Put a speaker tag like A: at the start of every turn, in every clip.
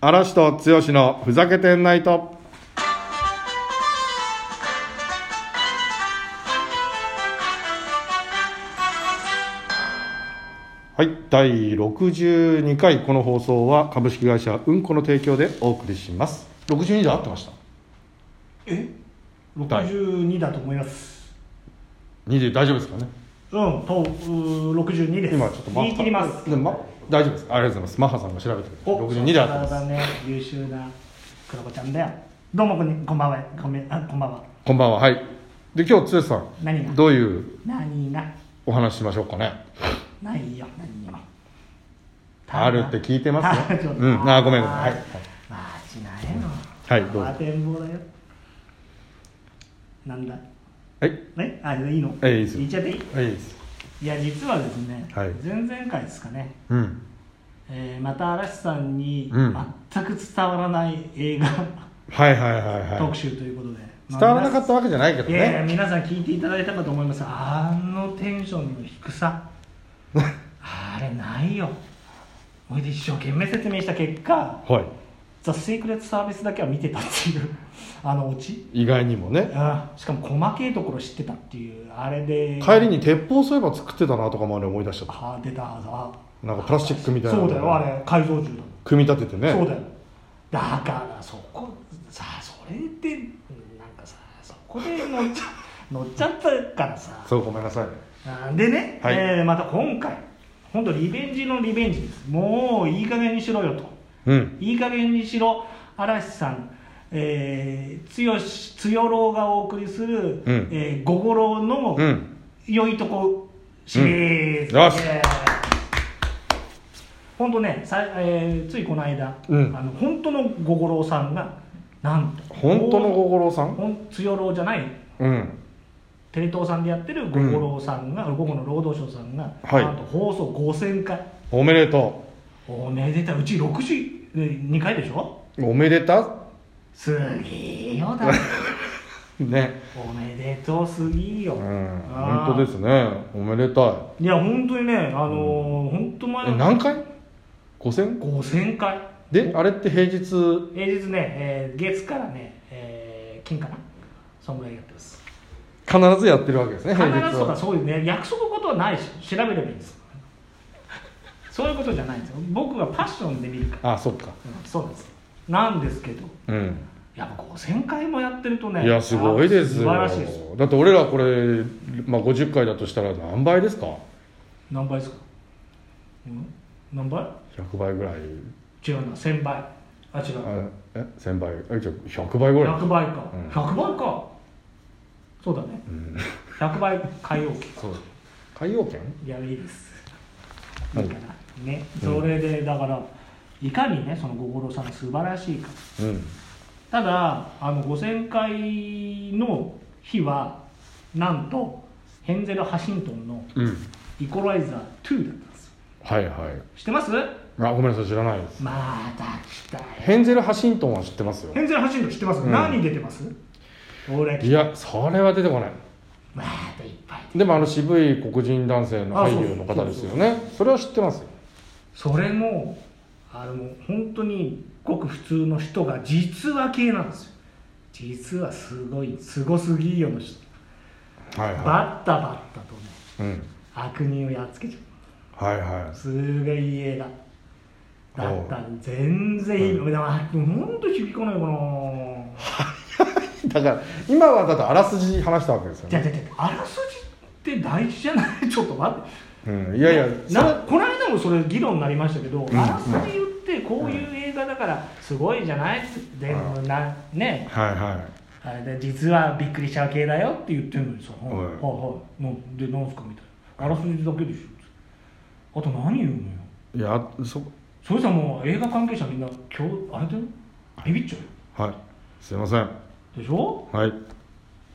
A: 嵐と剛のふざけてんないと。はい、第62回この放送は株式会社うんこの提供でお送りします。62で合ってました。
B: え
A: 第
B: 62だと思います
A: 2で大丈夫ですかね。
B: うんとうー62です
A: 今ちょっと
B: 言い切ります
A: でもま大丈夫です。ありがとうございます。マッハさんが調べてくれて62で合ってます。
B: 体ね優秀な黒子ちゃんだよどうもこんにこんばんはこんめあこんばんは
A: こんばんは。はい。で今日剛さん
B: 何が
A: どういう
B: 何が
A: お話ししましょうかね。
B: ないよ何も
A: あるって聞いてます
B: あちょ
A: よ。
B: っと
A: うん。あごめんごめん。はい。
B: マジなえの
A: はいどうぞ
B: アテンボだよなんだ
A: はい。
B: えあいいの
A: えいいですよ
B: 言っちゃっていい
A: はいいいです。
B: いや実はですね、
A: はい
B: 前々回ですかね
A: うん。
B: えーまた嵐さんに
A: うん
B: 全く伝わらない映画、
A: はいはいはいは
B: 特
A: い。
B: 集ということで、
A: 伝わらなかったわけじゃないけど
B: いやいや
A: ね。
B: 皆さん聞いていただいたかと思いますあのテンションの低さ あれないよほいで一生懸命説明した結果
A: は
B: 「ザ・シークレット・サービス」だけは見てたっていう あのオチ
A: い。意外にもね。
B: あしかも細けいところ知ってたっていうあれで
A: 帰りに鉄砲そういえば作ってたなとかまで思い出しちゃっ
B: あ出たあ
A: た。なんかプラスチックみたいな。
B: そうだよあ。れ改造銃だ
A: 組み立ててね。
B: そうだよだからそこさあそれでなんかさそこで乗っちゃ乗っちゃったからさ
A: そうごめんなさい。
B: なんでね、
A: はい
B: えーまた今回本当リベンジのリベンジですもういい加減にしろよと
A: うん。
B: いい加減にしろ嵐さんえー、つよしつよろうがお送りする、
A: うん
B: えー、ごごろうの
A: うん。
B: 良いとこシリーズ、
A: うんよし
B: 本当ねさい、えーついこの間、
A: うん
B: あの本当のご五郎さんがなんと
A: 本当のご五郎さん
B: ほんつよろうじゃない
A: うん。
B: テレ東さんでやってるご五郎さんが、午後の労働省さんが、
A: はい
B: なんと放送5000回
A: おめでと
B: おめでたいうち62回でしょ
A: う。おめでた
B: すげえ よだ
A: ね。
B: おめでとうすぎよ、
A: うん。
B: あー
A: 本当ですね。おめでたい。
B: いや本当にねあのー本当前
A: え何回 ?5000?
B: 5000回
A: で、あれって平日、
B: 平日ね、えー月からね、えー金かなそんぐらいやってます
A: 必ずやってるわけですね、
B: 必
A: 平日は。
B: ずとかそういうね約束事はないし調べればいいんですそういうことじゃないんですよ僕がパッションで見るから、
A: あ、そっか。
B: うんそうなんですなんですけど
A: うん。
B: やっぱ5000回もやってるとね
A: いやすごいですよ
B: 素晴らしいです
A: だって俺らこれ、まあ、50回だとしたら何倍ですか
B: 何倍ですか、うん、何倍
A: 100倍ぐらい
B: 違うな1000倍あ違う
A: あえ1000倍えじゃあ100倍ぐらい
B: 100倍か、
A: うん
B: 100倍かそうだね、
A: ん
B: 100倍海洋
A: そう海洋圏
B: いやいいですい
A: はいい
B: かなねそれでだからいかにねその五五郎さんが素晴らしいか
A: うん
B: ただあの5000回の日はなんとヘンゼル・ハシントンの
A: うん
B: 「イコライザー2」だったんですよ
A: はいはい
B: 知ってます
A: あごめんなさい知らないです
B: また来たよ
A: ヘンゼル・ハシントンは知ってますよ
B: ヘンゼル・ハシントン知ってます、
A: うん
B: 何に出てます俺
A: いやそれは出てこない
B: またいっぱい
A: でもあの渋い黒人男性の
B: あ
A: 俳優の方ですよねそれは知ってますよ
B: それもあの本当にごく普通の人が実は系なんですよ実はすごいすごすぎよの人
A: はいは
B: バッタバッタとね
A: い、うん、
B: 悪人をやっつけちゃ
A: はいは
B: うすごい映画だったんで全然いい、
A: う
B: でも本当響かないかない
A: だから今はだってあらすじ話したわけですよ
B: じゃあ
A: ね、
B: じゃあじゃああらすじって大事じゃない ちょっと待って
A: うん、いやいやそれ
B: なこの間もそれ議論になりましたけど、
A: ん
B: あらすじ言ってこういう映画だからすごいじゃないって、でもなね
A: はいはい
B: あれで実はびっくりしちゃう系だよって言ってるのにさ「はいいはいはいなんでなんすか?」みたいな「あらすじだけでしょ」あと何言うのよ
A: いやそ
B: それさもう映画関係者みんな今日あれだよビビっちゃうよ
A: はいすいません
B: でしょ
A: はい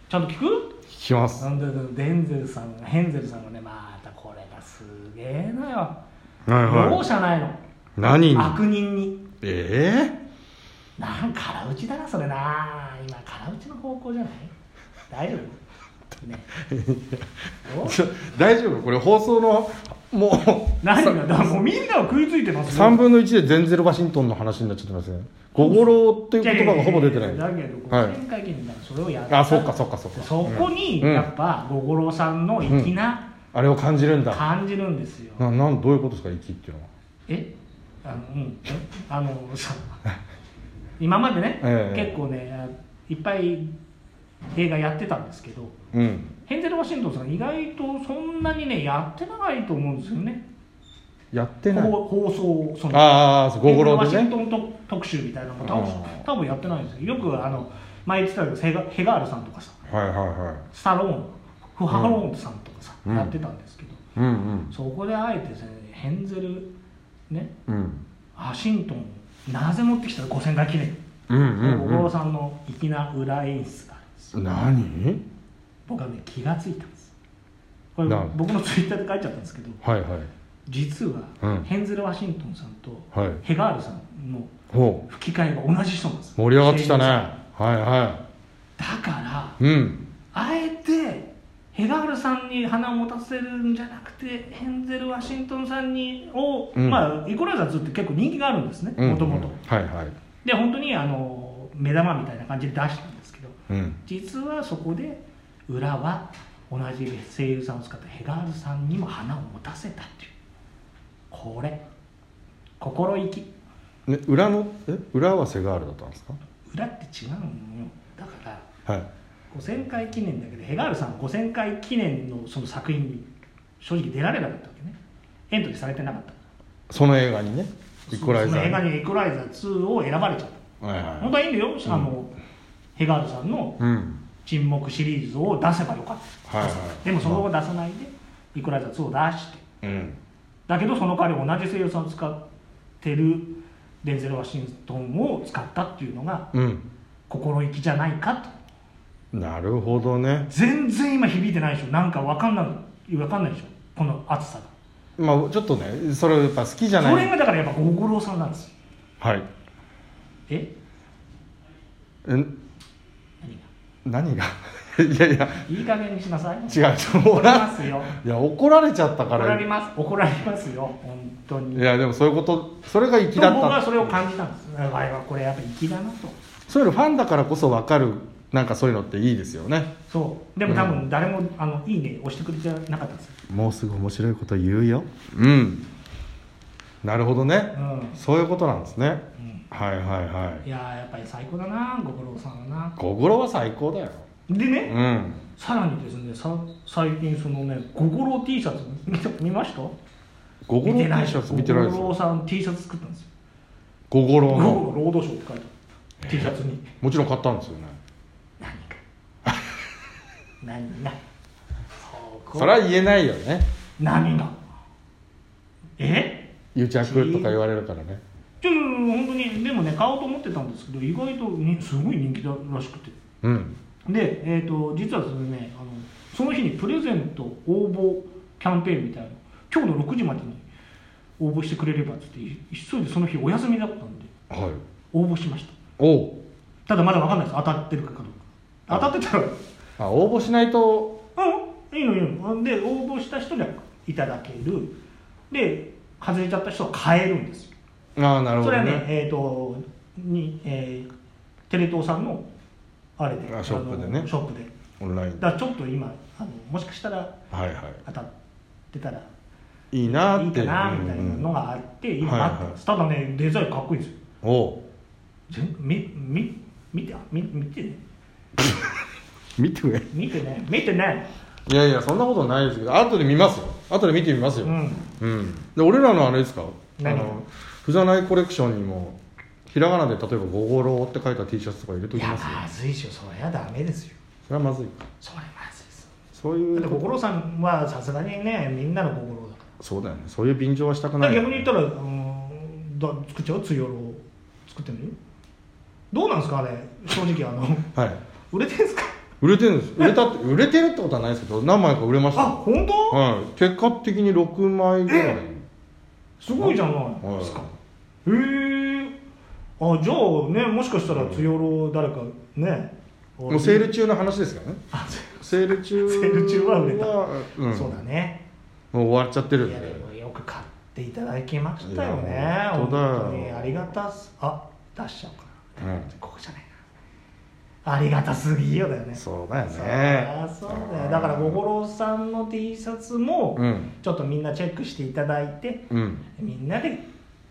B: ちゃんと聞く
A: 聞きます
B: なんでデンゼルさんがヘンゼルさんがねまたこれがすげえなよ
A: はい
B: 容
A: は
B: 赦ないの
A: い何に
B: 悪人に
A: え
B: なんか空打ちだなそれな今空打ちの方向じゃない大丈夫 ね
A: ちょ大丈夫これ放送のもう
B: 何がだもうみんな食いついてます
A: 3分の1で全ゼロワシントンの話になっちゃってますね五五郎っていう言葉がほぼ出てない
B: やややだけど
A: はい
B: 国連会見でそれをやった
A: あそうかそうかそうか
B: そこに
A: うん
B: やっぱ五五郎さんの粋な
A: あれを感じるんだ
B: 感じるんですよ、
A: ななんどういうことですか息っていうのは
B: えあのうんえあのさ今までね、
A: ええ
B: 結構ねいっぱい映画やってたんですけど
A: うん
B: ヘンゼル・ワシントンさん意外とそんなにねやってないと思うんですよね
A: やってない
B: 放放送その
A: ああ
B: ヘ
A: 五
B: ンゼ
A: 五
B: ル・ワ
A: 郎
B: シ
A: で
B: ン
A: ね
B: トンと特集みたいなのも
A: あ
B: 多分
A: ー
B: 多分やってないんですよよくあの前言ってたけどヘガヘガールさんとかさ
A: はいはいは
B: スタローンフハローンさんとかさ、
A: うん
B: やってたんですけど
A: いうん
B: そこであえてですねヘンゼルね
A: うんうん
B: ワシントンをなぜ持ってきたの5000回記念
A: うん
B: 小
A: う
B: 五
A: んう
B: 郎さんの粋な裏演出があるんです
A: ん何
B: 僕はね気がついたんですこれ
A: なるほど
B: 僕のツイッターで書いちゃったんですけど
A: はいはい
B: 実は、
A: うん
B: ヘンゼル・ワシントンさんと
A: はい
B: ヘガールさんの
A: ほ
B: 吹き替えが同じ人なんです
A: う盛り上がってきたね
B: 声優
A: はいは
B: さんだから
A: いうん
B: あえてヘガールさんに花を持たせるんじゃなくてヘンゼル・ワシントンさんにを、
A: うん
B: まあイコライザーズって結構人気があるんですね
A: うん
B: もともと
A: はいはい
B: で本当にあの目玉みたいな感じで出したんですけど
A: うん
B: 実はそこで裏は同じ声優さんを使ったヘガールさんにも花を持たせたっていうこれ心意気
A: ね裏のえ裏はセガールだったんですか
B: 裏って違うのよだから
A: はい
B: 5000回記念だけどヘガールさんは5000回記念のその作品に正直出られなかったわけねエントリーされてなかった
A: その映画にねイコライザ
B: その映画
A: ー
B: にイコライザー2を選ばれちゃった
A: はいはい
B: 本当はいいんだよ、あのヘガールさんの
A: うん
B: 沈黙シリーズを出せばよかった、
A: はいはい
B: でもその後出さないでイコライザー2を出して
A: うん
B: だけどその代わり同じ声優さんを使ってるデンゼル・ワシントンを使ったっていうのが
A: うん
B: 心意気じゃないかと
A: なるほどね
B: 全然今響いてないでしょなんか分かんない分かんないでしょこの暑さ
A: まあちょっとねそれやっぱ好きじゃ
B: が
A: ない
B: それがだからやっぱ五五郎さんなんですよ
A: はい
B: え
A: え何
B: 何が
A: が いやいや
B: いい加減にしなさい
A: 違うちょっと
B: 怒られますよ
A: いや怒られちゃったか
B: 怒ら
A: ら
B: れます怒られますよ本当に
A: いやでもそういうことそれが粋
B: と
A: だっ
B: 僕は
A: た
B: それを感じたんですあれはこれやっぱ粋だなと
A: そういうのファンだからこそ分かるなんかそういうのっていいですよね
B: そうでも多分誰も、あのいいね押してくれてなかったんですよ、
A: もうすぐ面白いこと言うようんなるほどね
B: うん
A: そういうことなんですね
B: うん
A: はいはいはい
B: やーやっぱり最高だなご苦労さんはない
A: 小五郎は最高だよ
B: で
A: う
B: ね、
A: ん
B: さらにですねさ最近そのねご苦労 T シャツ見た見ました
A: 小五郎 T シャツ見てないで
B: ゴ
A: す
B: ゴ
A: よ
B: ロさん T シャツ作ったんですよ
A: 小五郎の
B: ゴゴロ労働省って書いてある T シャツに
A: もちろん買ったんですよね
B: 何か何がそこ
A: それは言えないよね
B: 何がえ
A: 癒着とか言われるからね
B: ちょちょちょ本当にでもね買おうと思ってたんですけど意外とねすごい人気だらしくて
A: うん
B: で、えー、と実はですねあのその日にプレゼント応募キャンペーンみたいな今日の6時までに応募してくれればっつってい急いでその日お休みだったんで
A: はい
B: 応募しました
A: おう
B: ただまだ分かんないです当たってるかどうか当たってたら
A: あ応募しないと
B: うんいいのいいので応募した人にはいただけるで外れちゃった人は買えるんですよ
A: ああなる
B: そ
A: ほ
B: れ
A: ど
B: はね
A: ね
B: えっ、とに、えーテレ東さんのあれで
A: あショップでね
B: あのショップで
A: オンラインで
B: だからちょっと今あのもしかしたら
A: はいは
B: 当たってたらい
A: いいいなー
B: い
A: って
B: かなみたいな
A: うんう
B: の
A: ん
B: があって
A: は
B: 今
A: いは
B: ないってます、ただねデザインかっこいいんですよ
A: おう
B: 全みみ見てみ見てね
A: 見てくれ
B: 見てね見てね
A: いやいやそんなことないですけど後で見ますよ後で見てみます
B: う
A: よ
B: ん
A: うんで俺らのあれですかあ
B: 何
A: のふざないコレクションにもひらがなで例えば「ごごろ」って書いた T シャツとか入れと
B: い
A: き
B: や
A: ますよ
B: まずいでしょそりゃダメですよ
A: それはまずいか
B: それまずいです
A: そうい
B: だって
A: う
B: 心さんはさすがにねみんなの心だか
A: そうだよねそういう便乗はしたく
B: ら
A: な
B: だ
A: い
B: から逆に言ったら、うん、だ作っちゃうつよろう作ってみるどうなんですかあれ正直あの
A: はい
B: 売れてんすか
A: 売れてるんです売れたって売れてるってことはないですけど何枚か売れましたよ
B: あ本当
A: はい結果的に6枚ぐらい
B: すごいじゃないですかへえあじゃあねもしかしたらつよろう誰かね
A: もうセール中の話ですからね
B: あ
A: セール中
B: セール中は売れた
A: うん、
B: そうだね
A: もう終わっちゃってるん
B: いやで
A: で
B: もよく買っていただきましたよ
A: い
B: ね
A: や本
B: 本当
A: 当だよ
B: にありがたすあ出しちゃおうかな、
A: うん
B: ここじゃないなありがたすぎよだよね
A: そうだよ
B: そ
A: ね
B: うそうだよだから五郎さんの T シャツも、
A: うん
B: ちょっとみんなチェックしていただいて
A: うん
B: みんなで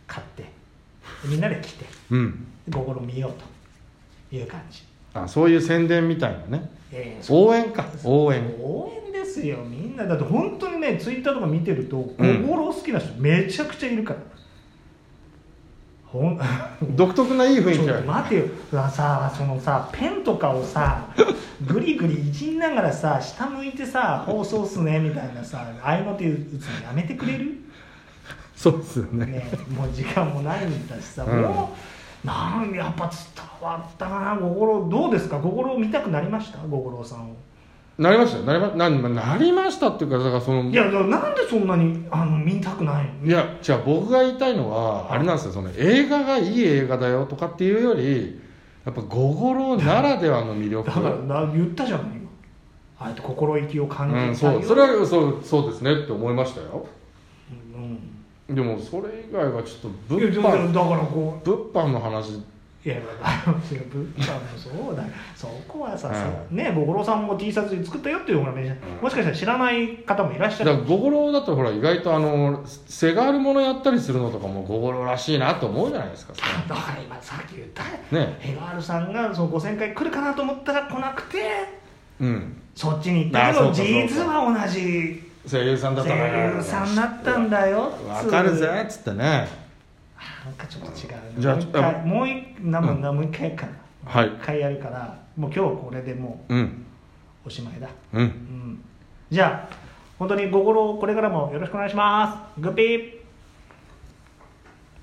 B: 買ってみんなで着て
A: うん
B: 五郎見ようという感じ
A: あそういう宣伝みたいなね
B: ええ
A: 応援か応援
B: 応援ですよみんなだって本当にねツイッターとか見てると五
A: うん
B: 郎好きな人めちゃくちゃいるから、ほん
A: 独特ないい雰囲
B: ちょ
A: 気
B: っ
A: が
B: と待てよさそのさペンとかをさグリグリいじんながらさ下向いてさ放送っすねみたいなさああいうの手打つのやめてくれる
A: そうですよね
B: ねもう時間もないんだしさ、
A: うん
B: もうなんやっぱ伝わったかな五郎どうですか五郎見たくなりました五郎さんを
A: なりましたよなりまななりましたっていうかだからその
B: いやだからなんでそんなにあの見たくないの
A: いやじゃあ僕が言いたいのはあれなんですよその映画がいい映画だよとかっていうよりやっぱ五五郎ならではの魅力
B: だからな言ったじゃない今あえて心意気を感じたよ、
A: うん、そうそれはそうそうですねって思いましたよ
B: うん
A: でもそれ以外はちょっと物
B: いやでもで
A: 販
B: もだからこ
A: 物販の話
B: ういやだからそれ物販もそうだそこはさ、
A: う
B: ねご五郎さんも T シャツ作ったよっていうほらね、
A: うん
B: もしかしたら知らない方もいらっしゃ
A: だから
B: る
A: 五五郎だとほら意外とあのせがあるものやったりするのとかも五五郎らしいなと思うじゃないですかそ
B: だから今さっき言った
A: れね
B: ヘガールさんがその5000回来るかなと思ったら来なくて
A: うん
B: そっちに行ったけど
A: あそうかそうか
B: 実は同じ
A: 声優さんだった
B: 声優さんだったんだよ
A: わかるぜっつってね
B: なんかちょっと違う
A: じゃあ
B: もう一回もう一なもうなもう一回やるから
A: はい
B: 一回やるからもう今日これでも
A: うん
B: うおしまいだ
A: うん
B: うんじゃあ本当にご苦労これからもよろしくお願いしますグッピー